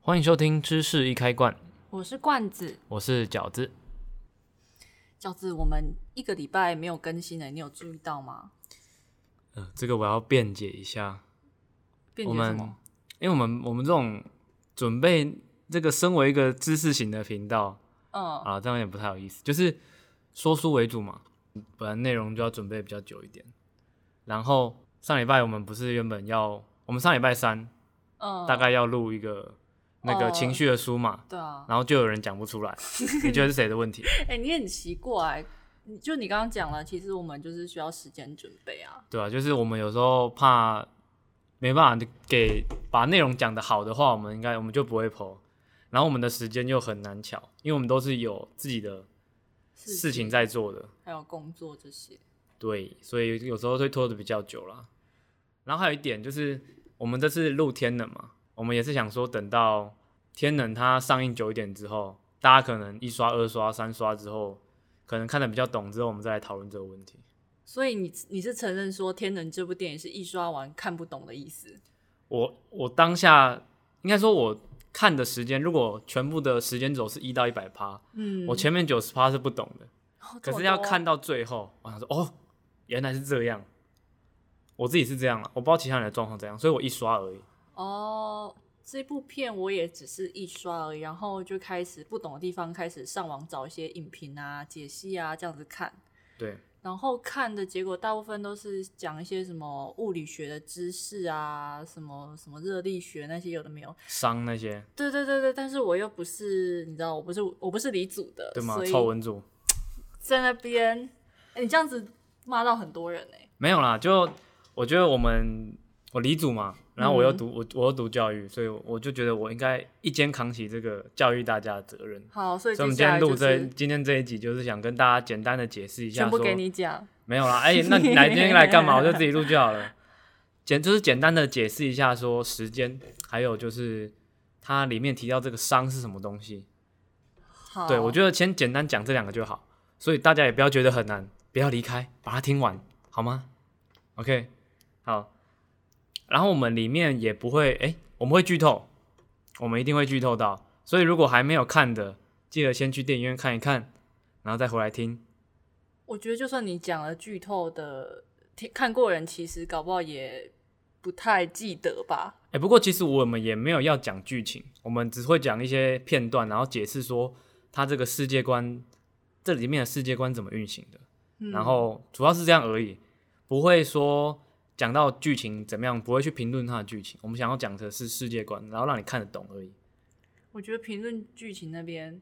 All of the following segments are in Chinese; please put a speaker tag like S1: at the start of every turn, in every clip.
S1: 欢迎收听《知识一开罐》，
S2: 我是罐子，
S1: 我是饺子。
S2: 饺子，我们一个礼拜没有更新了，你有注意到吗？
S1: 呃，这个我要辩解一下，
S2: 变
S1: 我
S2: 成什
S1: 们
S2: 么？
S1: 因为我们我们这种准备这个身为一个知识型的频道
S2: 嗯，
S1: 啊，这样也不太有意思，就是说书为主嘛，本来内容就要准备比较久一点。然后上礼拜我们不是原本要，我们上礼拜三
S2: 嗯
S1: 大概要录一个那个
S2: 哦
S1: 情绪的书嘛，
S2: 对啊。
S1: 然后就有人讲不出 来，你觉得是谁的问题？
S2: 哎、你很奇怪，你就你刚刚讲了，其实我们就是需要时间准备啊。
S1: 对啊，就是我们有时候怕没办法给把内容讲得好的话，我们应该我们就不会剖，然后我们的时间又很难巧，因为我们都是有自己的事情在做的，
S2: 还有工作这些，
S1: 对，所以有时候会拖得比较久啦。然后还有一点就是，我们这次录天能嘛，我们也是想说等到天能它上映久一点之后，大家可能一刷、二刷、三刷之后，可能看得比较懂之后，我们再来讨论这个问题。
S2: 所以你你是承认说《天能》这部电影是一刷完看不懂的意思？
S1: 我我当下应该说，我看的时间，如果全部的时间轴是一到一百趴，
S2: 嗯
S1: 我前面九十趴是不懂的，
S2: 哦
S1: 可
S2: 这么
S1: 是要
S2: 多
S1: 看到最后，我想说，哦，原来是这样，我自己是这样了，啊我不知道其他人的状况怎样，所以我一刷而已。
S2: 哦。这部片我也只是一刷而已，然后就开始不懂的地方开始上网找一些影评啊、解析啊这样子看。
S1: 对，
S2: 然后看的结果大部分都是讲一些什么物理学的知识啊，什么什么热力学那些有的没有。
S1: 伤那些，
S2: 对对对对，但是我又不是，你知道，我不是我不是理组的，
S1: 对吗？
S2: 所以
S1: 臭文组
S2: 在那边，哎你这样子骂到很多人哎、
S1: 没有啦，就我觉得我们我理组嘛，然后我又
S2: 嗯
S1: 读、我我又读教育，所以我就觉得我应该一肩扛起这个教育大家的责任。
S2: 好，所以
S1: 所以我们
S2: 接
S1: 今
S2: 下
S1: 天
S2: 来
S1: 录
S2: 就
S1: 这
S2: 是
S1: 今天这一集，就是想跟大家简单的解释一下，
S2: 全
S1: 说
S2: 部给你讲。
S1: 没有啦，哎、那你来今天来干嘛？我就自己录就好了。简就是简单的解释一下，说时间，还有就是它里面提到这个伤是什么东西。
S2: 好，
S1: 对我
S2: 得
S1: 觉得先简单讲这两个就好，所以大家也不要觉得很难，不要离开，把它听完好吗？OK，好。然后我们里面也不会，哎、我们会剧透，我们一定会剧透到，所以如果还没有看的，记得先去电影院看一看，然后再回来听。
S2: 我觉得就算你讲了剧透的，听看过人其实搞不好也不太记得吧。
S1: 哎、不过其实我们也没有要讲剧情，我们只会讲一些片段，然后解释说它这个世界观，这里面的世界观怎么运行的，
S2: 嗯
S1: 然后主要是这样而已，不会说讲到剧情怎么样，不会去评论它的剧情。我们想要讲的是世界观，然后让你看得懂 而已。
S2: 我觉得评论剧情那边，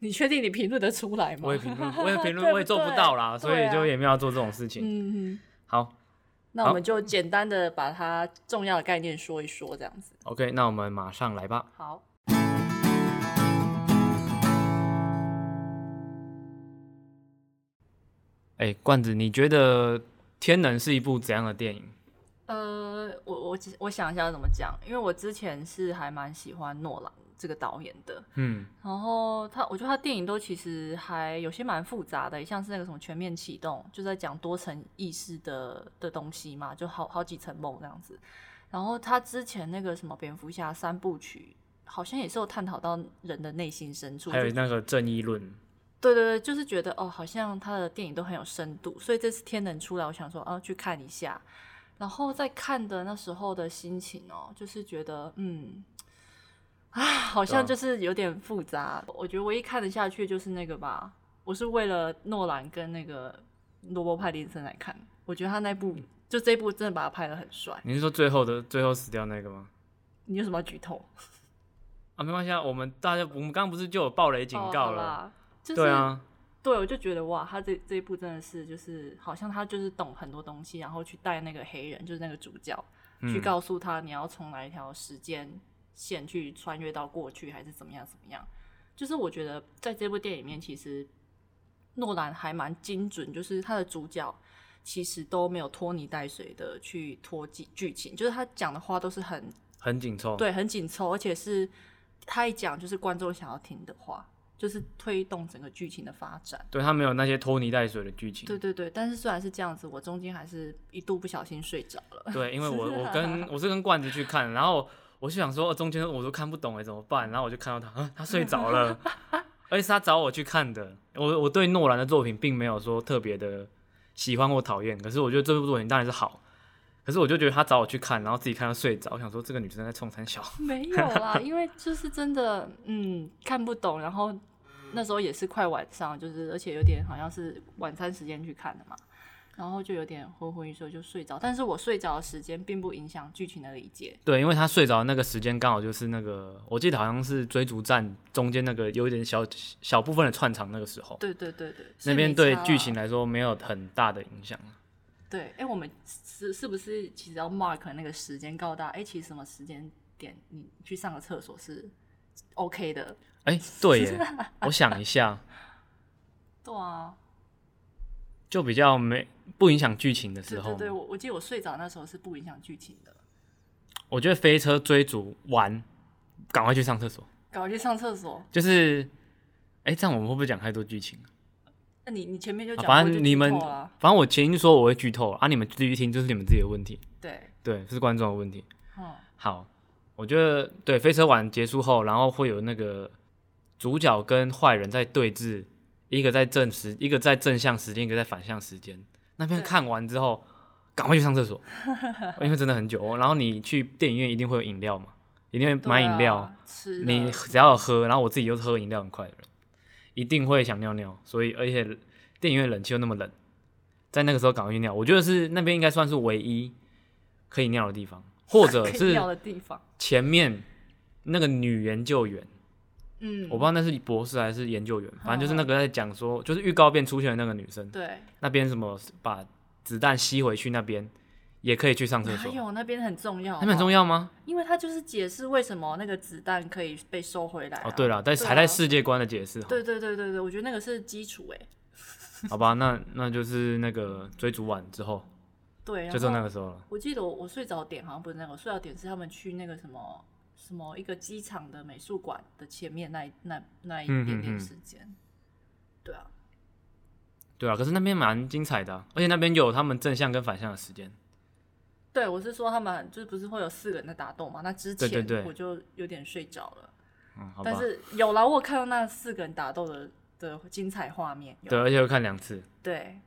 S2: 你确定你评论得出来吗？
S1: 我也评 论，我也评
S2: 对不
S1: 论，我也做不
S2: 对
S1: 到啦，所
S2: 对
S1: 以
S2: 啊
S1: 就也没有要做这种事情。
S2: 嗯哼，
S1: 好
S2: 那我们就简单的把它重要的概念说一说，这样子。
S1: ，OK，那我们马上来吧。
S2: 好，
S1: 哎、罐子，你觉得《天能》是一部怎样的电影？
S2: 呃，我我我想一下要怎么讲，因为我之前是还蛮喜欢诺兰这个导演的，
S1: 嗯，
S2: 然后他我觉得他电影都其实还有些蛮复杂的，像是那个什么全面启动，就在讲多层意识的的东西嘛，就好好几层梦这样子。然后他之前那个什么蝙蝠侠三部曲，好像也是有探讨到人的内心深处，
S1: 还有
S2: 就
S1: 那个正义论。
S2: 对对对，就是觉得哦，好像他的电影都很有深度，所以这次天能出来，我想说啊，去看一下。然后在看的那时候的心情哦，就是觉得嗯，啊，好
S1: 对
S2: 像
S1: 啊
S2: 就是有点复杂。我觉得唯一看得下去就是那个吧，我是为了诺兰跟那个罗伯·派丁森来看，我觉得他那
S1: 嗯
S2: 部就这部真的把他拍得很帅。
S1: 你是说最后的最后死掉那个吗？
S2: 你有什么要剧透？
S1: 啊，没关系啊，我们大家我们刚刚不是就有暴雷警告
S2: 哦好
S1: 了？
S2: 啦，就是
S1: 对啊，
S2: 对，我就觉得哇，他这这一部真的是就是好像他就是懂很多东西，然后去带那个黑人，就是那个主角，
S1: 嗯
S2: 去告诉他你要从哪一条时间线去穿越到过去，还是怎么样怎么样。就是我觉得在这部电影里面，其实诺兰还蛮精准，就是他的主角其实都没有拖泥带水的去拖剧剧情，就是他讲的话都是很
S1: 很紧凑。，
S2: 对，很紧凑，而且是他一讲就是观众想要听的话，就是推动整个剧情的发展。
S1: 对他没有那些拖泥带水的剧情。
S2: 对对对，但是虽然是这样子，我中间还是一度不小心睡着了。
S1: 对因为我我跟我是跟罐子去看，然后我就想说，哦中间我都看不懂哎，怎么办？然后我就看到他，啊、他睡着 了，而且是他找我去看的。我我对诺兰的作品并没有说特别的喜欢或讨厌，可是我觉得这部作品当然是好。可是我就觉得他找我去看，然后自己看到睡着，我想说这个女生在冲三小。
S2: 没有啦，因为就是真的，嗯，看不懂。然后那时候也是快晚上，就是而且有点好像是晚餐时间去看的嘛，然后就有点昏昏欲睡就睡着。但是我睡着的时间并不影响剧情的理解。
S1: 对，因为他睡着的那个时间刚好就是那个，我记得好像是追逐战中间那个有一点小小部分的串场那个时候，
S2: 对对对对，
S1: 那边对剧情
S2: 的
S1: 来说没有很大的影响。
S2: 对，哎、我们是是不是其实要 mark 那个时间，告诉大家，哎、其实什么时间点你去上个厕所是 OK 的。
S1: 哎、对 耶，我想一下，
S2: 对啊，
S1: 就比较没不影响剧情的时
S2: 对
S1: 候
S2: 对
S1: 嘛，
S2: 对，我我记得我睡着那时候是不影响剧情的。
S1: 我觉得飞车追逐完，赶快去上厕所。
S2: 赶快去上厕所。
S1: 就是，哎、这样我们会不会讲太多剧情、
S2: 那你你前面就
S1: 啊？
S2: 讲、
S1: 反正你们
S2: 过就剧透啊了，
S1: 反正我前一说我会剧透啊，你们自己去听就是你们自己的问题，
S2: 对，
S1: 对，是观众的问题。
S2: 嗯，
S1: 好，我觉得对飞车晚结束后，然后会有那个主角跟坏人在对峙，一个在正时，一个在正向时间，一个在反向时间。那边
S2: 对
S1: 看完之后，赶快去上厕 所，因为真的很久、哦。然后你去电影院一定会有饮料嘛，一定会
S2: 对啊
S1: 买饮料。
S2: 吃的
S1: 你只要有喝，然后我自己又是喝饮料很快的人，一定会想尿尿。所以，而且电影院冷气又那么冷，在那个时候赶快去尿，我觉得是那边应该算是唯一可以尿的地方，或者
S2: 可以
S1: 是
S2: 尿的地方，
S1: 前面那个女研究员，
S2: 嗯，
S1: 我不知道那是博士还是研究员，反正就是
S2: 嗯
S1: 那个在讲说，就是预告片出现的那个女生，
S2: 对，
S1: 那边什么把子弹吸回去那边，也可以去上厕
S2: 哪
S1: 所，
S2: 有哎那边很重要，
S1: 那边很重
S2: 要，
S1: 要吗？
S2: 因为它就是解释为什么那个子弹可以被收回来、啊。
S1: 哦，对了，但是
S2: 对啊
S1: 还在世界观的解释，
S2: 对对对对对，我觉得那个是基础哎、
S1: 好吧，那那就是那个追逐完之后，
S2: 对，啊
S1: 就到那
S2: 个。
S1: 个时候了。
S2: 我记得我我睡着点好像不是那个，我睡着点是他们去那个什么什么一个机场的美术馆的前面那一那那一
S1: 嗯
S2: 点
S1: 嗯嗯
S2: 点时间，对啊，
S1: 对啊，可是那边蛮精彩的啊、而且那边有他们正向跟反向的时间。
S2: 对，我是说他们就是不是会有四个人在打斗嘛？那之
S1: 对对
S2: 前
S1: 对
S2: 我就有点睡着了，
S1: 嗯，好吧
S2: 但。是有啦，我有看到那四个人打斗的的精彩画面。有
S1: 对，而且会看两次。
S2: 对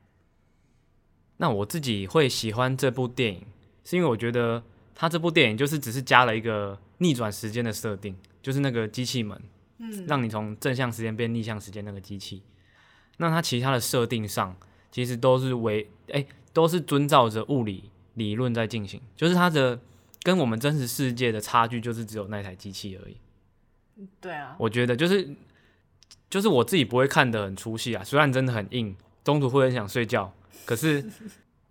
S1: 那我自己会喜欢这部电影，是因为我觉得它这部电影就是只是加了一个逆转时间的设定，就是那个机器门，
S2: 嗯，
S1: 让你从正向时间变逆向时间那个机器。那它其他的设定上，其实都是为哎、都是遵照着物理理论在进行，就是它的跟我们真实世界的差距就是只有那台机器而已。
S2: 对啊，
S1: 我觉得就是就是我自己不会看得很出戏啊，虽然真的很硬，中途会很想睡觉，可 是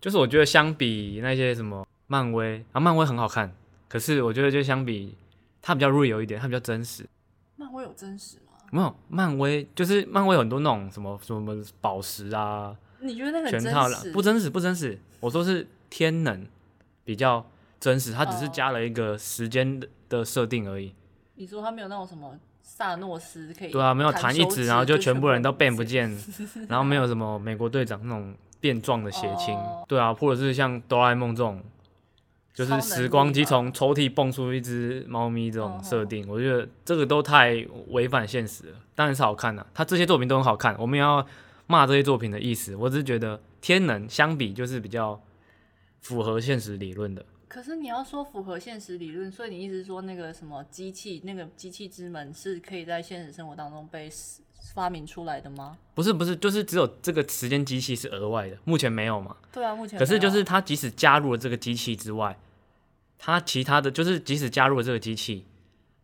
S1: 就是我觉得相比那些什么漫威啊，漫威很好看，可是我觉得就相比它比较 real 一点，它比较真实。
S2: 漫威有真实吗？
S1: 没有漫威就是漫威有很多那种什么什么宝石啊，
S2: 你觉得那个
S1: 全
S2: 很
S1: 套
S2: 真
S1: 啦
S2: 实？，
S1: 不真实不真实，我说是天能比较真实，它只是
S2: 哦
S1: 加了一个时间的的设定而已。
S2: 你说他没有那种什么萨诺斯可以
S1: 对啊，没有
S2: 弹
S1: 弹
S2: 手
S1: 一
S2: 指
S1: 指，然后就全部人都变不
S2: 见。
S1: 见，然后没有什么美国队长那种变壮的血清，
S2: 哦
S1: 对啊，或者是像哆啦 A 梦这种，就
S2: 超
S1: 是
S2: 能
S1: 时
S2: 力
S1: 光机
S2: 吧
S1: 从抽屉蹦出一只猫咪这种
S2: 嗯
S1: 设
S2: 嗯
S1: 定，我觉得这个都太违反现实了。当然是好看的、啊他这些作品都很好看，我们要骂这些作品的意思，我只是觉得天能相比就是比较符合现实理论的。
S2: 可是你要说符合现实理论，所以你一直说那个什么机器，那个机器之门是可以在现实生活当中被发明出来的吗？
S1: 不是不是，就是只有这个时间机器是额外的，目前没有嘛。
S2: 对啊，目前
S1: 可是
S2: 没有
S1: 就是它即使加入了这个机器之外，它其他的就是即使加入了这个机器，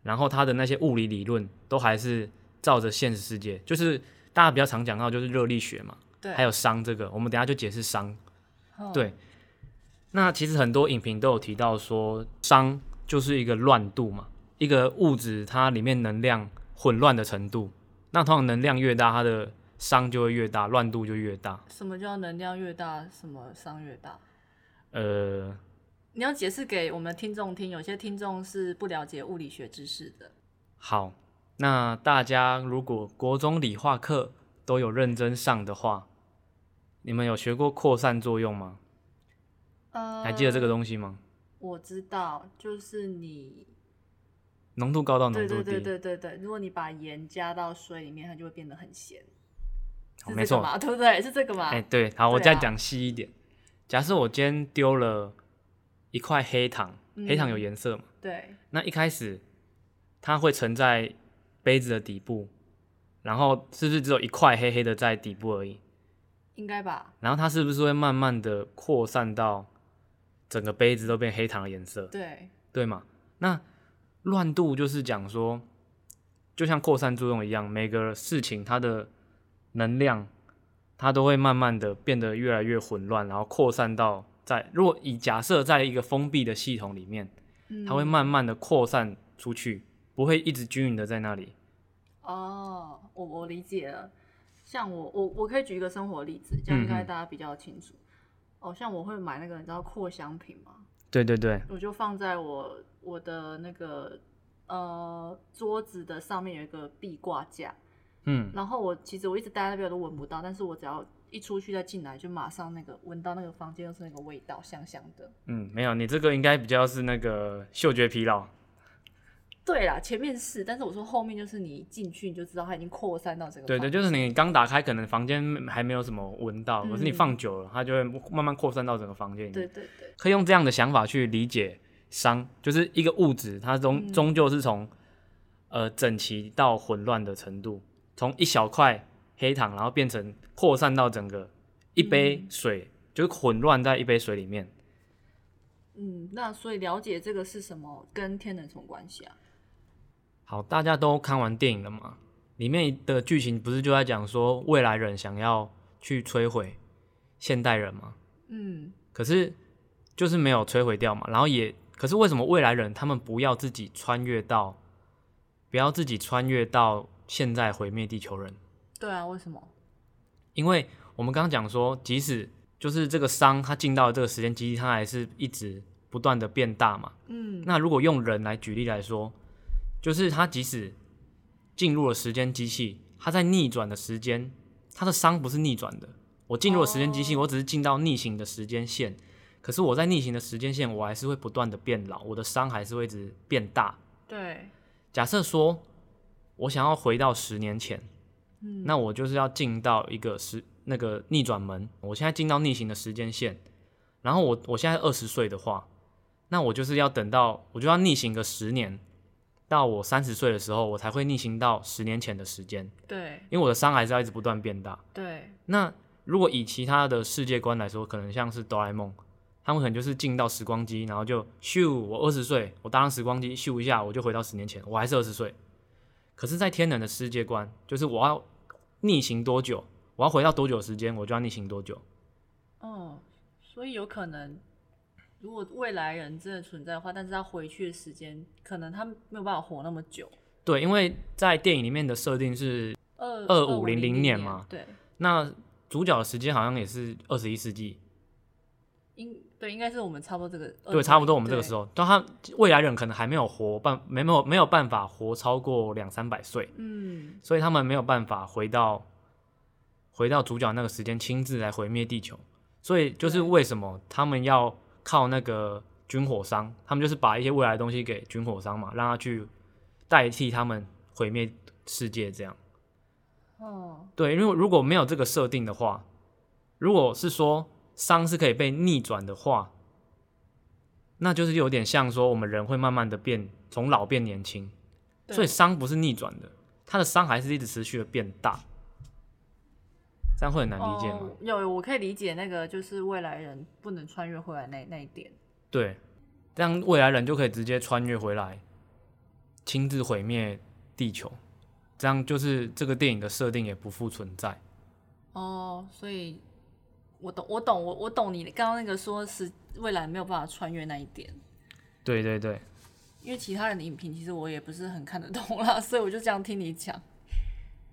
S1: 然后它的那些物理理论都还是照着现实世界，就是大家比较常讲到就是热力学嘛，
S2: 对，
S1: 还有熵这个，我们等一下就解释熵。
S2: 嗯
S1: 对，那其实很多影评都有提到说，熵就是一个乱度嘛，一个物质它里面能量混乱的程度。那通常能量越大，它的熵就会越大，乱度就越大。
S2: 什么叫能量越大，什么伤越大？
S1: 呃，
S2: 你要解释给我们听众听，有些听众是不了解物理学知识的。
S1: 好，那大家如果国中理化课都有认真上的话，你们有学过扩散作用吗？
S2: 呃
S1: 还记得这个东西吗？
S2: 我知道，就是你
S1: 浓度高到浓
S2: 对
S1: 度
S2: 对
S1: 低，
S2: 对对对对，如果你把盐加到水里面，它就会变得很咸。
S1: 哦
S2: 是
S1: 没
S2: 这
S1: 错
S2: 个嘛，对不对？是这个嘛？
S1: 哎、对，好，我
S2: 对
S1: 再
S2: 啊
S1: 讲细一点。假设我今天丢了一块黑糖，黑糖有
S2: 嗯
S1: 颜色嘛？
S2: 对，
S1: 那一开始它会沉在杯子的底部，然后是不是只有一块黑黑的在底部而已？
S2: 应该吧？
S1: 然后它是不是会慢慢的扩散到整个杯子都变黑糖的颜色，
S2: 对，
S1: 对吗？那乱度就是讲说，就像扩散作用一样，每个事情它的能量，它都会慢慢的变得越来越混乱，然后扩散到在如果以假设在一个封闭的系统里面，它会
S2: 嗯
S1: 慢慢的扩散出去，不会一直均匀的在那里。
S2: 哦，我我理解了。像我我我可以举一个生活例子，这样应该
S1: 嗯嗯
S2: 大家比较清楚。哦，像我会买那个你知道扩香瓶吗？
S1: 对对对，
S2: 我就放在我我的那个呃桌子的上面有一个壁挂架，
S1: 嗯，
S2: 然后我其实我一直待在那边我都闻不到，但是我只要一出去再进来，就马上那个闻到那个房间都是那个味道，香香的。
S1: 嗯，没有，你这个应该比较是那个嗅觉疲劳。
S2: 对啦，前面是，但是我说后面就是你一进去你就知道它已经扩散到整个
S1: 对对，
S2: 房
S1: 就是你刚打开，可能房间还没有什么闻到，可是你
S2: 嗯
S1: 放久了，它就会慢慢扩散到整个房间里面。
S2: 对对对，
S1: 可以用这样的想法去理解熵，就是一个物质，它终
S2: 嗯
S1: 终究是从呃整齐到混乱的程度，从一小块黑糖，然后变成扩散到整个一杯
S2: 嗯
S1: 水，就是混乱在一杯水里面。
S2: 嗯，那所以了解这个是什么跟天能有什么关系啊？
S1: 好，大家都看完电影了嘛？里面的剧情不是就在讲说未来人想要去摧毁现代人吗？
S2: 嗯，
S1: 可是就是没有摧毁掉嘛。然后也，可是为什么未来人他们不要自己穿越到，不要自己穿越到现在毁灭地球人？
S2: 对啊，为什么？
S1: 因为我们刚刚讲说，即使就是这个伤它进到这个时间机器，它还是一直不断的变大嘛。
S2: 嗯，
S1: 那如果用人来举例来说，就是它即使进入了时间机器，它在逆转的时间，它的伤不是逆转的。我进入了时间机器，
S2: 哦
S1: 我只是进到逆行的时间线，可是我在逆行的时间线，我还是会不断的变老，我的伤还是会一直变大。
S2: 对，
S1: 假设说我想要回到十年前，
S2: 嗯，
S1: 那我就是要进到一个时那个逆转门，我现在进到逆行的时间线，然后我我现在二十岁的话，那我就是要等到我就要逆行个十年，到我三十岁的时候，我才会逆行到十年前的时间，
S2: 对
S1: 因为我的伤还是要一直不断变大。
S2: 对，
S1: 那如果以其他的世界观来说，可能像是哆啦 A 梦，他们可能就是进到时光机，然后就咻，我二十岁，我搭上时光机咻一下，我就回到十年前，我还是二十岁。可是，在天能的世界观，就是我要逆行多久，我要回到多久的时间，我就要逆行多久。
S2: 哦，所以有可能，如果未来人真的存在的话，但是他回去的时间，可能他没有办法活那么久，
S1: 对，因为在电影里面的设定是，
S2: 二
S1: 2500
S2: 2500
S1: 年嘛
S2: 对，
S1: 那主角的时间好像也是二十一世纪，
S2: 应对应该是我们差不多这个，
S1: 对，差不多我们这个时
S2: 候，
S1: 候，但他未来人可能还没有活办，没没有没有办法活超过两三百岁。
S2: 嗯，
S1: 所以他们没有办法回到回到主角那个时间亲自来毁灭地球。所以就是
S2: 对
S1: 为什么他们要靠那个军火商，他们就是把一些未来的东西给军火商嘛，让他去代替他们毁灭世界这样。
S2: 哦，
S1: 对，因为如果没有这个设定的话，如果是说伤是可以被逆转的话，那就是有点像说我们人会慢慢的变从老变年轻，
S2: 对
S1: 所以伤不是逆转的，它的伤还是一直持续的变大，这样会很难理解吗？
S2: 哦有，我可以理解那个就是未来人不能穿越回来那那一点，
S1: 对，这样未来人就可以直接穿越回来，亲自毁灭地球，这样就是这个电影的设定也不复存在。
S2: 哦，所以我懂，我懂，我我懂你刚刚那个说是未来没有办法穿越那一点。
S1: 对对对，
S2: 因为其他人的影评其实我也不是很看得懂啦， 所以我就这样听你讲。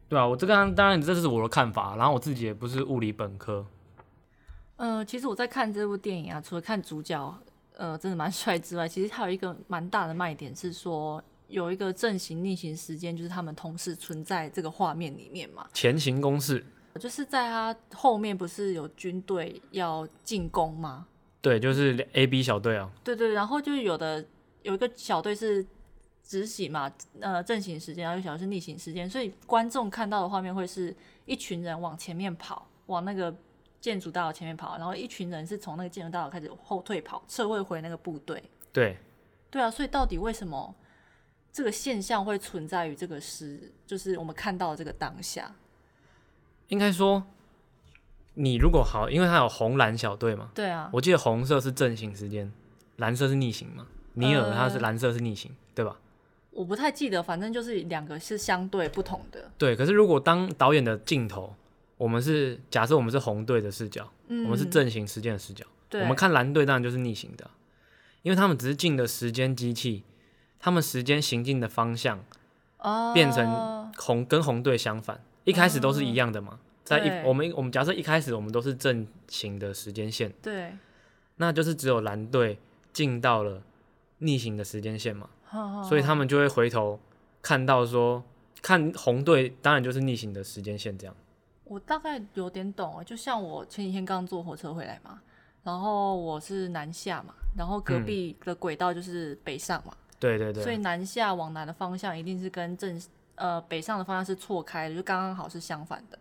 S1: 对啊，我这个当然这是我的看法，然后我自己也不是物理本科，
S2: 呃，其实我在看这部电影啊，除了看主角呃真的蛮 帅之外，其实它有一个蛮大的卖点是说有一个正行逆行时间，就是他们同时存在这个画面里面嘛。
S1: 前行公式，
S2: 就是在他后面不是有军队要进攻吗？
S1: 对，就是 A B 小队啊，
S2: 对对，然后就是有的有一个小队是直行嘛，呃，正行时间，然后又想是逆行时间，所以观众看到的画面会是一群人往前面跑，往那个建筑大楼前面跑，然后一群人是从那个建筑大楼开始后退跑，撤退回那个部队。
S1: 对，
S2: 对啊，所以到底为什么这个现象会存在于这个时，就是我们看到的这个当下？
S1: 应该说，你如果好，因为它有红蓝小队嘛，
S2: 对啊，
S1: 我记得红色是正行时间，蓝色是逆行嘛。尼尔它是
S2: 呃
S1: 蓝色是逆行，对吧？
S2: 我不太记得，反正就是两个是相对不同的。
S1: 对。可是如果当导演的镜头，我们是假设我们是红队的视角，
S2: 嗯，
S1: 我们是正行时间的视角，
S2: 对，
S1: 我们看蓝队当然就是逆行的啊，因为他们只是进的时间机器，他们时间行进的方向
S2: 哦哦
S1: 变成红跟红队相反，一开始都是一样的嘛。在
S2: 对
S1: 一我们我们假设一开始我们都是正行的时间线，
S2: 对，
S1: 那就是只有蓝队进到了逆行的时间线嘛，所以
S2: 他。
S1: 他们就会回头看到说，看红队当然就是逆行的时间线这样。
S2: 我大概有点懂啊，就像我前几天刚坐火车回来嘛，然后我是南下嘛，然后隔壁的轨道就是北上嘛，
S1: 对对
S2: 所以
S1: 对，
S2: 南下往南的方向一定是跟正呃北上的方向是错开的，就刚刚好是相反的。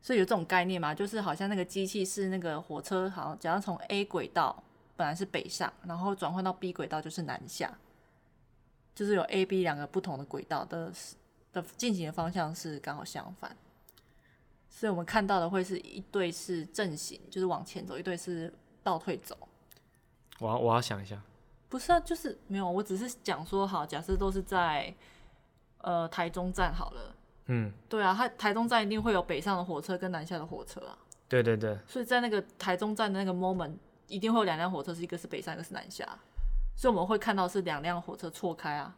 S2: 所以有这种概念嘛，就是好像那个机器是那个火车，好像假如从 A 轨道本来是北上，然后转换到 B 轨道就是南下，就是有 A、B 两个不同的轨道的的进行的方向是刚好相反，所以我们看到的会是一对是正行，就是往前走，一对是倒退走。
S1: 我要我要想一下，
S2: 不是啊，就是没有，我只是讲说好，假设都是在呃台中站好了。
S1: 嗯，
S2: 对啊，它台中站一定会有北上的火车跟南下的火车啊，
S1: 对对对，
S2: 所以在那个台中站的那个 moment，一定会有两辆火车，是一个是北上，一个是南下，所以我们会看到是两辆火车错开啊，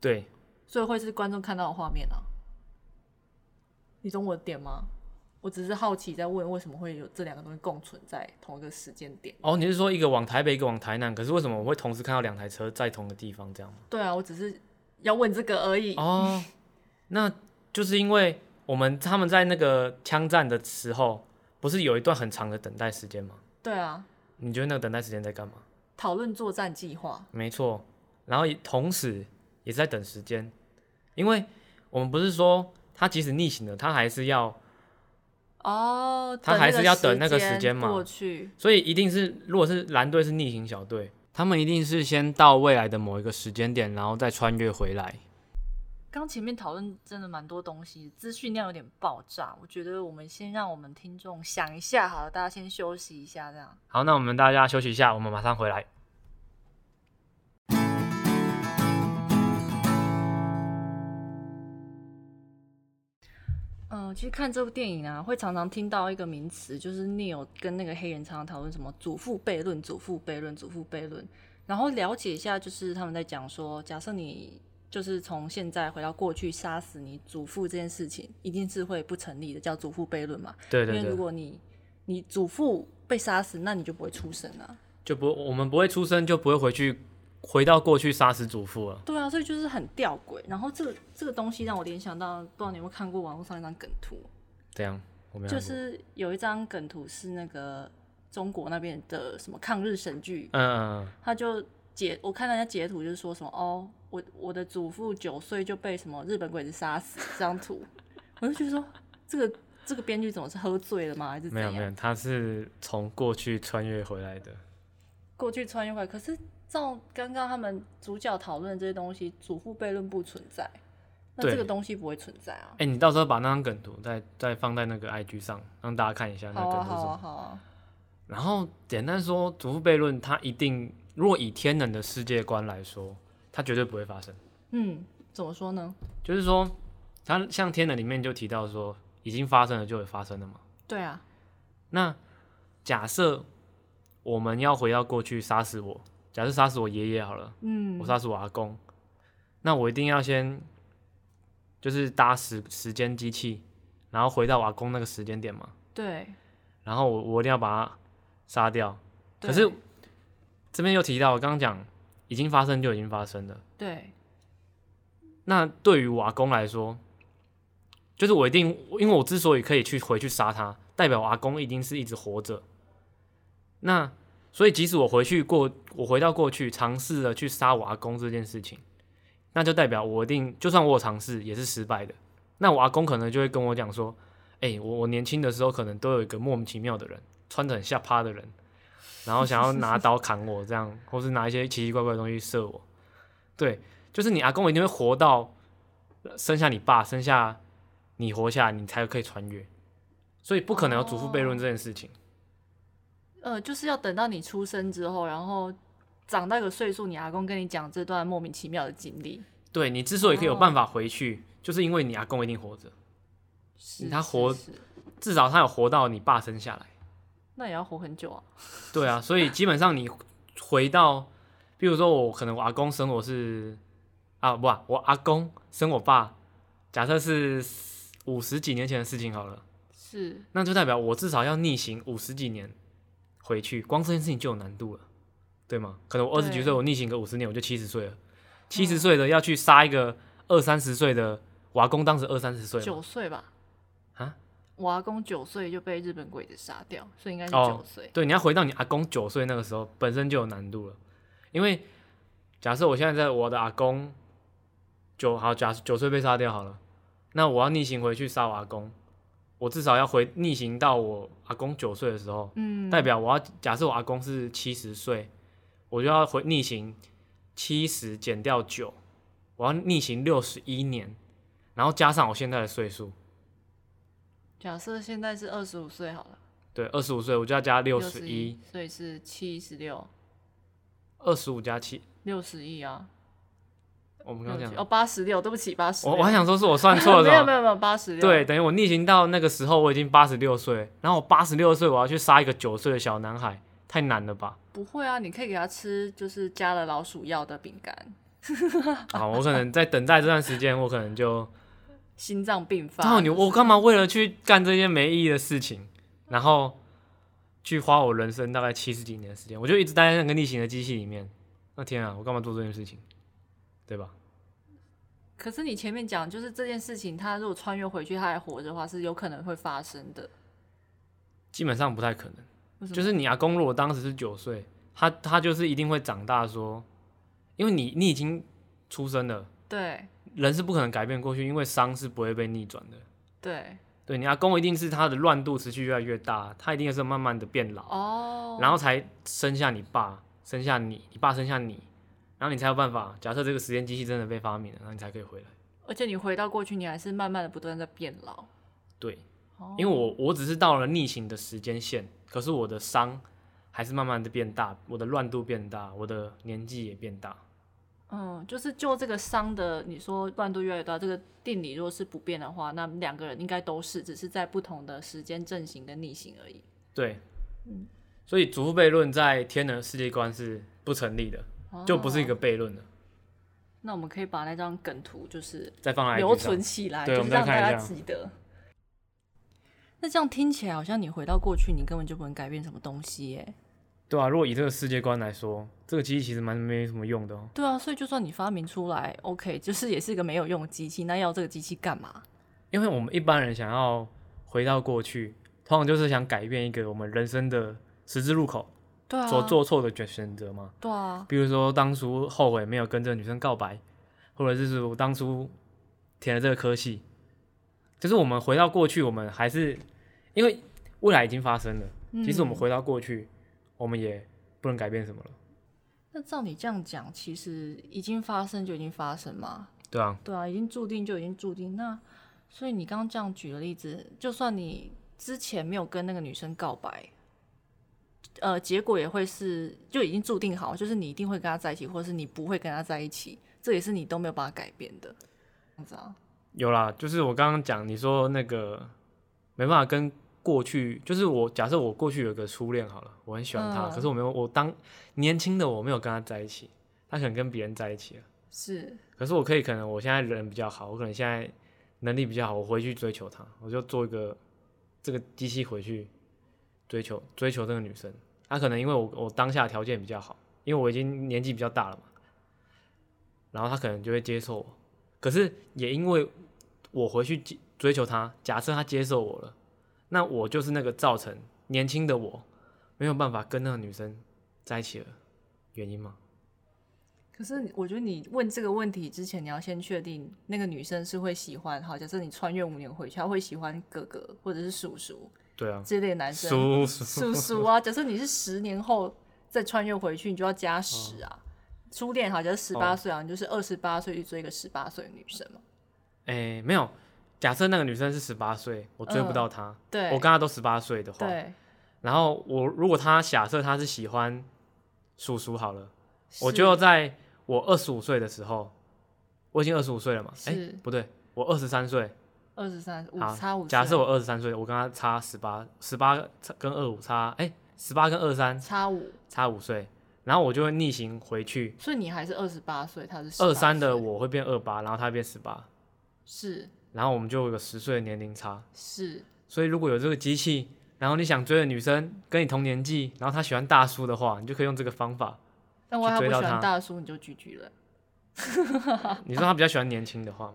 S1: 对，
S2: 所以会是观众看到的画面啊。你懂我的点吗？我只是好奇在问为什么会有这两个东西共存在同一个时间点。
S1: 哦，你是说一个往台北，一个往台南？可是为什么我会同时看到两台车在同个地方这样吗？
S2: 对啊，我只是要问这个而已。
S1: 哦，那就是因为我们他们在那个枪战的时候，不是有一段很长的等待时间吗？
S2: 对啊，
S1: 你觉得那个等待时间在干嘛？
S2: 讨论作战计划。
S1: 没错，然后也同时也是在等时间，因为我们不是说他即使逆行了，他还是要，
S2: 哦，
S1: 他
S2: 等
S1: 还
S2: 那个
S1: 是要等那个时间嘛
S2: 过去。
S1: 所以一定是如果是蓝队是逆行小队，他们一定是先到未来的某一个时间点，然后再穿越回来。
S2: 刚前面讨论真的蛮多东西，资讯量有点爆炸。我觉得我们先让我们听众想一下，好了，大家先休息一下，这样。
S1: 好，那我们大家休息一下，我们马上回来。
S2: 嗯、其实看这部电影啊，会常常听到一个名词，就是 Neil 跟那个黑人常常讨论什么祖父悖论、祖父悖论、祖父悖论，然后了解一下，就是他们在讲说，假设你就是从现在回到过去杀死你祖父这件事情，一定是会不成立的，叫祖父悖论嘛。
S1: 对
S2: 因
S1: 对
S2: 为如
S1: 对，
S2: 果你你祖父被杀死，那你就不会出生啊。
S1: 就不我们不会出生，就不会回去回到过去杀死祖父了。
S2: 对啊，所以就是很吊诡。然后这个这个东西让我联想到，不知道你有没有看过网络上一张梗图，
S1: 这样，我们
S2: 就是有一张梗图是那个中国那边的什么抗日神剧，
S1: 嗯嗯嗯
S2: 他就截我看人家截图就是说什么哦，我我的祖父九岁就被什么日本鬼子杀死这张图，我就觉得说这个这个编剧怎么是喝醉了吗，还是怎
S1: 没有
S2: 样？
S1: 没有，他是从过去穿越回来的。
S2: 过去穿越回来，可是照刚刚他们主角讨论这些东西，祖父悖论不存在，那
S1: 对
S2: 这个东西不会存在啊。
S1: 哎、你到时候把那张梗图再再放在那个 IG 上，让大家看一下那
S2: 好
S1: 个梗
S2: 啊，
S1: 图是什
S2: 好
S1: 么。
S2: 啊，好啊。
S1: 然后简单说，祖父悖论它一定，如果以天人的世界观来说，它绝对不会发生。
S2: 嗯，怎么说呢？
S1: 就是说，它像天人里面就提到说，已经发生了就有发生了嘛。
S2: 对啊，
S1: 那假设我们要回到过去杀死我，假设杀死我爷爷好了，
S2: 嗯
S1: 我杀死我阿公，那我一定要先就是搭时时间机器，然后回到我阿公那个时间点嘛，
S2: 对，
S1: 然后我我一定要把他杀掉。
S2: 对
S1: 可是这边又提到，我刚刚讲已经发生就已经发生了。
S2: 对
S1: 那对于我阿公来说，就是我一定，因为我之所以可以去回去杀他，代表我阿公一定是一直活着。那所以即使我回去过，我回到过去尝试了去杀我阿公这件事情，那就代表我一定，就算我有尝试也是失败的。那我阿公可能就会跟我讲说，哎、我我年轻的时候可能都有一个莫名其妙的人，穿的很下趴的人，然后想要拿刀砍我这样，或是拿一些奇奇怪怪的东西射我。对，就是你阿公一定会活到呃生下你爸，生下你活下来，你才可以穿越。所以不可能有祖父悖论这件事情。
S2: 呃，就是要等到你出生之后，然后长到一个岁数，你阿公跟你讲这段莫名其妙的经历，
S1: 对你之所以可以有办法回去，就是因为你阿公一定活着，
S2: 是
S1: 他
S2: 是
S1: 活
S2: 是
S1: 至少他有活到你爸生下来。
S2: 那也要活很久啊。
S1: 对啊，所以基本上你回到，比如说我可能我阿公生我是啊不啊，我阿公生我爸，假设是五十几年前的事情好了，
S2: 是，
S1: 那就代表我至少要逆行五十几年回去，光这件事情就有难度了，对吗？可能我二十几
S2: 对
S1: 岁，我逆行个五十年，我就七十岁了。七十岁的要去杀一个二三十岁的，我阿公当时二三十岁嘛，
S2: 九岁吧？
S1: 啊？
S2: 我阿公九岁就被日本鬼子杀掉，所以应该是
S1: 哦
S2: 九岁。
S1: 对，你要回到你阿公九岁那个时候，本身就有难度了。因为假设我现在在我的阿公九好，假九岁被杀掉好了，那我要逆行回去杀我阿公，我至少要回逆行到我阿公九岁的时候，
S2: 嗯，
S1: 代表我要假设我阿公是七十岁，我就要回逆行七十减掉九，我要逆行六十一年，然后加上我现在的岁数，
S2: 假设现在是二十五岁好了，
S1: 对，二十五岁我就要加六十一
S2: 61，，所以是七十六，
S1: 二十五加七，
S2: 六十一啊，
S1: 我们刚刚讲
S2: 69哦，八十六，对不起，八十。
S1: 我我还想说是我算错了，
S2: 没有没有没有八十六，
S1: 对，，等于我逆行到那个时候，我已经八十六岁，然后我八十六岁我要去杀一个九岁的小男孩，太难了吧？
S2: 不会啊，你可以给他吃就是加了老鼠药的饼干，
S1: 好，我可能在等待这段时间，我可能 就，
S2: 心脏病发。
S1: 然后你我干嘛为了去干这些没意义的事情，然后去花我人生大概七十几年的时间，我就一直待在那个逆行的机器里面。那天啊，我干嘛做这件事情？对吧？
S2: 可是你前面讲，就是这件事情，他如果穿越回去，他还活着的话，是有可能会发生的。
S1: 基本上不太可能。
S2: 为什么
S1: 就是你阿公如果当时是九岁，他他就是一定会长大说，因为你你已经出生了，
S2: 对
S1: 人是不可能改变过去，因为伤是不会被逆转的。
S2: 对
S1: 对你阿公一定是他的乱度持续越来越大，他一定是慢慢的变老，
S2: 哦，
S1: 然后才生下你爸，生下你，你爸生下你，然后你才有办法。假设这个时间机器真的被发明了，然后你才可以回来。
S2: 而且你回到过去，你还是慢慢的不断地在变老。
S1: 对，
S2: 哦
S1: 因为我我只是到了逆行的时间线，可是我的伤还是慢慢的变大，我的乱度变大，我的年纪也变大。
S2: 嗯，就是就这个伤的，你说乱度越来越大，这个定理如果是不变的话，那两个人应该都是，只是在不同的时间正行跟逆行而已。
S1: 对，
S2: 嗯
S1: 所以祖父悖论在天人世界观是不成立的，就不是一
S2: 哦。
S1: 个悖论了。
S2: 那我们可以把那张梗图就是
S1: 再放来
S2: 留存起来，
S1: 对
S2: 就
S1: 我们
S2: 是
S1: 再
S2: 让
S1: 看一下
S2: 大家记得。那这样听起来好像你回到过去，你根本就不能改变什么东西耶。
S1: 对啊，如果以这个世界观来说，这个机器其实蛮没什么用的哦。
S2: 对啊，所以就算你发明出来，OK，就是 也是一个没有用的机器，那要这个机器干嘛？
S1: 因为我们一般人想要回到过去，通常就是想改变一个我们人生的十字路口
S2: 对啊，
S1: 所做错的选选择嘛。
S2: 对啊，
S1: 比如说当初后悔没有跟这个女生告白，或者就是我当初填了这个科系，就是我们回到过去，我们还是因为未来已经发生了，即使我们回到过去，我们也不能改变什么了。
S2: 那照你这样讲，其实已经发生就已经发生嘛，
S1: 对啊，
S2: 对啊，已经注定就已经注定。那所以你刚刚这样举的例子，就算你之前没有跟那个女生告白，呃，结果也会是就已经注定好，就是你一定会跟她在一起，或者是你不会跟她在一起，这也是你都没有办法改变的。这样子啊，
S1: 有啦，就是我刚刚讲你说那个没办法跟过去，就是我假设我过去有个初恋好了，我很喜欢他，
S2: 嗯
S1: 可是我没有，我当年轻的我没有跟他在一起，他可能跟别人在一起了。
S2: 是
S1: 可是我可以，可能我现在人比较好，我可能现在能力比较好，我回去追求她，我就做一个这个机器回去追求追求这个女生。她、可能因为我我当下条件比较好，因为我已经年纪比较大了嘛，然后她可能就会接受我。可是也因为我回去追追求她，假设她接受我了，那我就是那个造成年轻的我没有办法跟那个女生在一起的原因嘛？
S2: 可是我觉得你问这个问题之前，你要先确定那个女生是会喜欢，好，假设你穿越五年回去，她会喜欢哥哥或者是叔叔
S1: 对啊，
S2: 这类男生，
S1: 叔
S2: 叔叔啊。假设你是十年后再穿越回去，你就要加十啊。初恋好，假设十八岁啊，你就是二十八岁去追一个十八岁的女生嘛。
S1: 哎、没有。假设那个女生是十八岁，我追不到她，
S2: 嗯对，
S1: 我跟她都十八岁的话，
S2: 对，
S1: 然后我如果她假设她是喜欢叔叔好了，我
S2: 是
S1: 就在我二十五岁的时候，我已经二十五岁了嘛，哎、
S2: 是
S1: 不对，我二十三岁，
S2: 二十三五
S1: 好
S2: 差五岁，
S1: 假设我二十三岁，我跟她差十八，十八跟二五差，哎、十八跟二三
S2: 差五，
S1: 差五岁，然后我就会逆行回去，
S2: 所以你还是二十八岁，他是
S1: 二
S2: 18
S1: 三的
S2: 岁
S1: 我会变二八，然后她变十八，
S2: 是
S1: 然后我们就有个十岁的年龄差。
S2: 是
S1: 所以如果有这个机器，然后你想追的女生跟你同年纪，然后她喜欢大叔的话，你就可以用这个方 法。
S2: 但万一他
S1: 去追
S2: 不
S1: 到
S2: 喜欢
S1: 他
S2: 大叔，你就拒绝了。
S1: 你说她比较喜欢年轻的 话吗？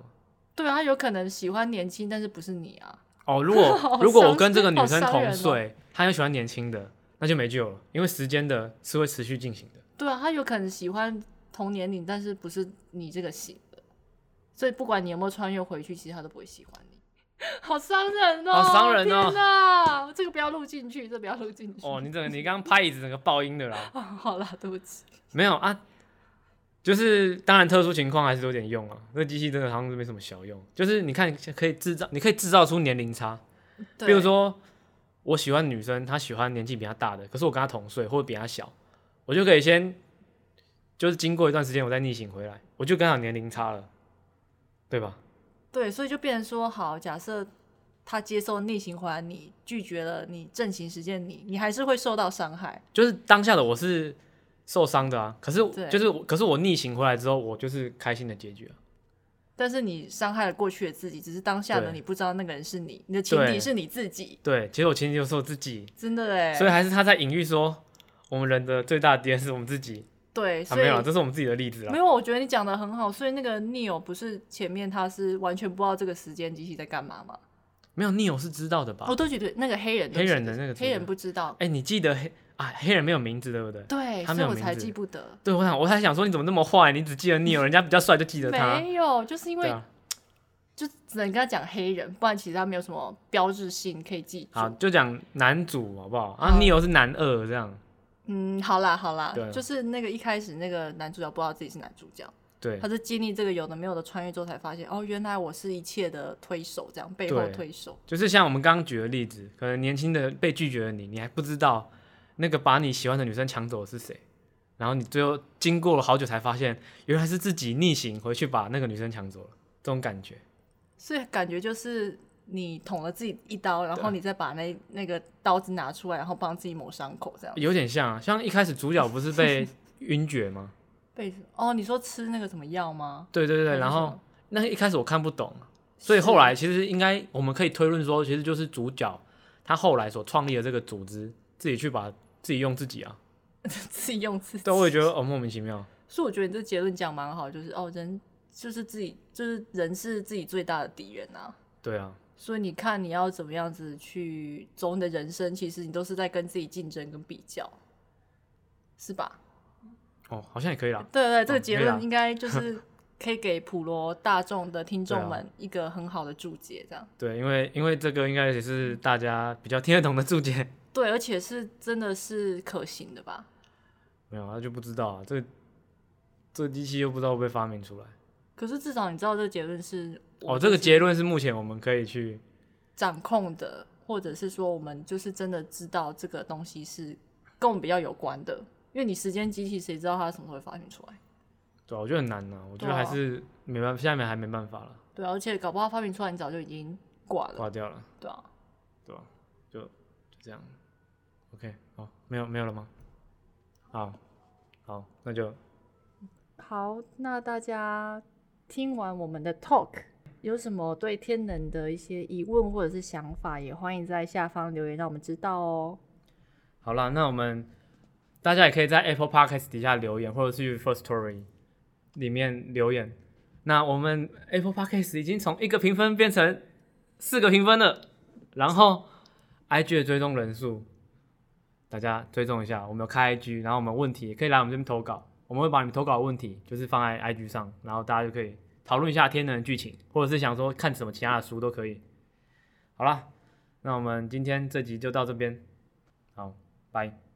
S2: 对啊，他有可能喜欢年轻，但是不是你啊？
S1: 哦，如果如果我跟这个女生
S2: 好伤人
S1: 同
S2: 哦
S1: 岁，她又喜欢年轻的，那就没救了，因为时间的是会持续进 行的。
S2: 对啊，他有可能喜欢同年龄，但是不是你这个型的。所以不管你有没有穿越回去，其实他都不会喜欢你。好伤人哦！
S1: 好伤人哦
S2: 天哪，这个不要录进去，这不要录进去。
S1: 哦，你整个你刚刚拍椅子整个爆音的啦，
S2: 好啦，对不起。
S1: 没有啊？就是当然特殊情况还是有点用啊，这个机器真的好像是没什么小用。就是你看可以制造，你可以制造出年龄差，
S2: 对
S1: 比如，说，我喜欢女生，她喜欢年纪比她大的，可是我跟她同岁或者比她小，我就可以先，就是经过一段时间，我再逆行回来，我就跟她有年龄差了，对吧？
S2: 对，所以就变成说，好，假设他接受逆行回来，你拒绝了你正行实践你，你还是会受到伤害。
S1: 就是当下的我是受伤的啊，可是
S2: 对
S1: 就是啊我可是我逆行回来之后，我就是开心的结局啊。
S2: 但是你伤害了过去的自己，只是当下的
S1: 对
S2: 你不知道那个人是你，你的情敌
S1: 对
S2: 是你自己，
S1: 对，其实我前提就是我自己，
S2: 真的哎。
S1: 所以还是他在隐喻说，我们人的最大的敌人是我们自己
S2: 对，
S1: 啊，
S2: 所以
S1: 没有啊，这是我们自己的例子啦
S2: 没。有，我觉得你讲的很好。所以那个 Neil 不是前面他是完全不知道这个时间机器在干嘛哦吗？
S1: 没有，你有是知道的吧？
S2: 我都觉得那个黑人就
S1: 黑
S2: 是
S1: 人的那个
S2: 黑
S1: 主
S2: 人
S1: 角
S2: 不知道，
S1: 哎、你记得黑啊黑人没有名字对不对？
S2: 对，
S1: 他
S2: 所
S1: 没
S2: 以
S1: 有
S2: 我
S1: 名
S2: 才
S1: 字
S2: 记不得。
S1: 对，我想我还想说你怎么那么坏，你只记得 Neil，人家比较帅就记得他。
S2: 没有，就是因
S1: 对
S2: 为
S1: 啊，
S2: 就只能跟他讲黑人，不然其实他没有什么标志性可以记住。
S1: 好，就讲男主好不好？啊
S2: 好
S1: ，Neil 是男二这样，
S2: 嗯，好啦好啦
S1: 对啊，
S2: 就是那个一开始那个男主角不知道自己是男主角，
S1: 对
S2: 他是经历这个有的没有的穿越之后才发现，哦，原来我是一切的推手，这样背后
S1: 对
S2: 推手。
S1: 就是像我们刚刚举的例子，可能年轻的被拒绝的你，你还不知道那个把你喜欢的女生抢走的是谁，然后你最后经过了好久才发现，原来是自己逆行回去把那个女生抢走了，这种感觉。
S2: 所以感觉就是你捅了自己一刀，然后
S1: 对
S2: 你再把那那个刀子拿出来，然后帮自己抹伤口，这样
S1: 有点像啊，像一开始主角不是被 晕厥吗？
S2: 被哦，你说吃那个什么药吗？
S1: 对对
S2: 还
S1: 对，
S2: 是
S1: 然
S2: 什
S1: 后
S2: 么
S1: 那一开始我看不懂，所以
S2: 是
S1: 后来其实应该我们可以推论说，其实就是主角他后来所创立的这个组织，自己去把自己用自己啊。
S2: 自己用自己
S1: 对，。我也觉得哦莫名其妙。
S2: 所以我觉得你这结论讲蛮好，就是哦，人就是自己，就是人是自己最大的敌人啊。
S1: 对啊，
S2: 所以你看你要怎么样子去走你的人生，其实你都是在跟自己竞争跟比较，是吧？
S1: 哦好像也可以啦。
S2: 对对，这
S1: 哦
S2: 个结
S1: 可以啦
S2: 论应该就是 可以给普罗大众的听
S1: 对
S2: 众
S1: 啊
S2: 们一个很好的注解，这样
S1: 对，因为因为这个应该也是大家比较听得懂的注解。
S2: 对，而且是真的是可行的吧？
S1: 没有，他就不知道啊，这个这个机器又不知道会不会发明出来。
S2: 可是至少你知道这个结论是
S1: 哦，
S2: 我们
S1: 这个
S2: 就是
S1: 结论是目前我们可以去
S2: 掌控的，或者是说我们就是真的知道这个东西是跟我们比较有关的，因为你时间机器谁知道它什么时候会发明出来？
S1: 对、啊，我觉得很难呢、我觉得
S2: 对
S1: 还
S2: 啊
S1: 是没办法，现在还没办法了，
S2: 对啊、而且搞不好发明出来你早就已经挂了，
S1: 挂掉了。
S2: 对啊。
S1: 对吧、就就这样。OK，好，没有没有了吗？好，好，那就
S2: 好，那大家听完我们的 talk，有什么对天能的一些疑问或者是想法，也欢迎在下方留言让我们知道哦。
S1: 好啦。那我们大家也可以在 Apple Podcast 底下留言，或者是去 First Story 里面留言。那我们 Apple Podcast 已经从一个评分变成四个评分了，然后 IG 的追踪人数，大家追踪一下，我们有开 IG，然后我们问题也可以来我们这边投稿，我们会把你们投稿的问题就是放在 IG 上，然后大家就可以讨论一下天能的剧情，或者是想说看什么其他的书都可以。好啦，那我们今天这集就到这边，好，拜。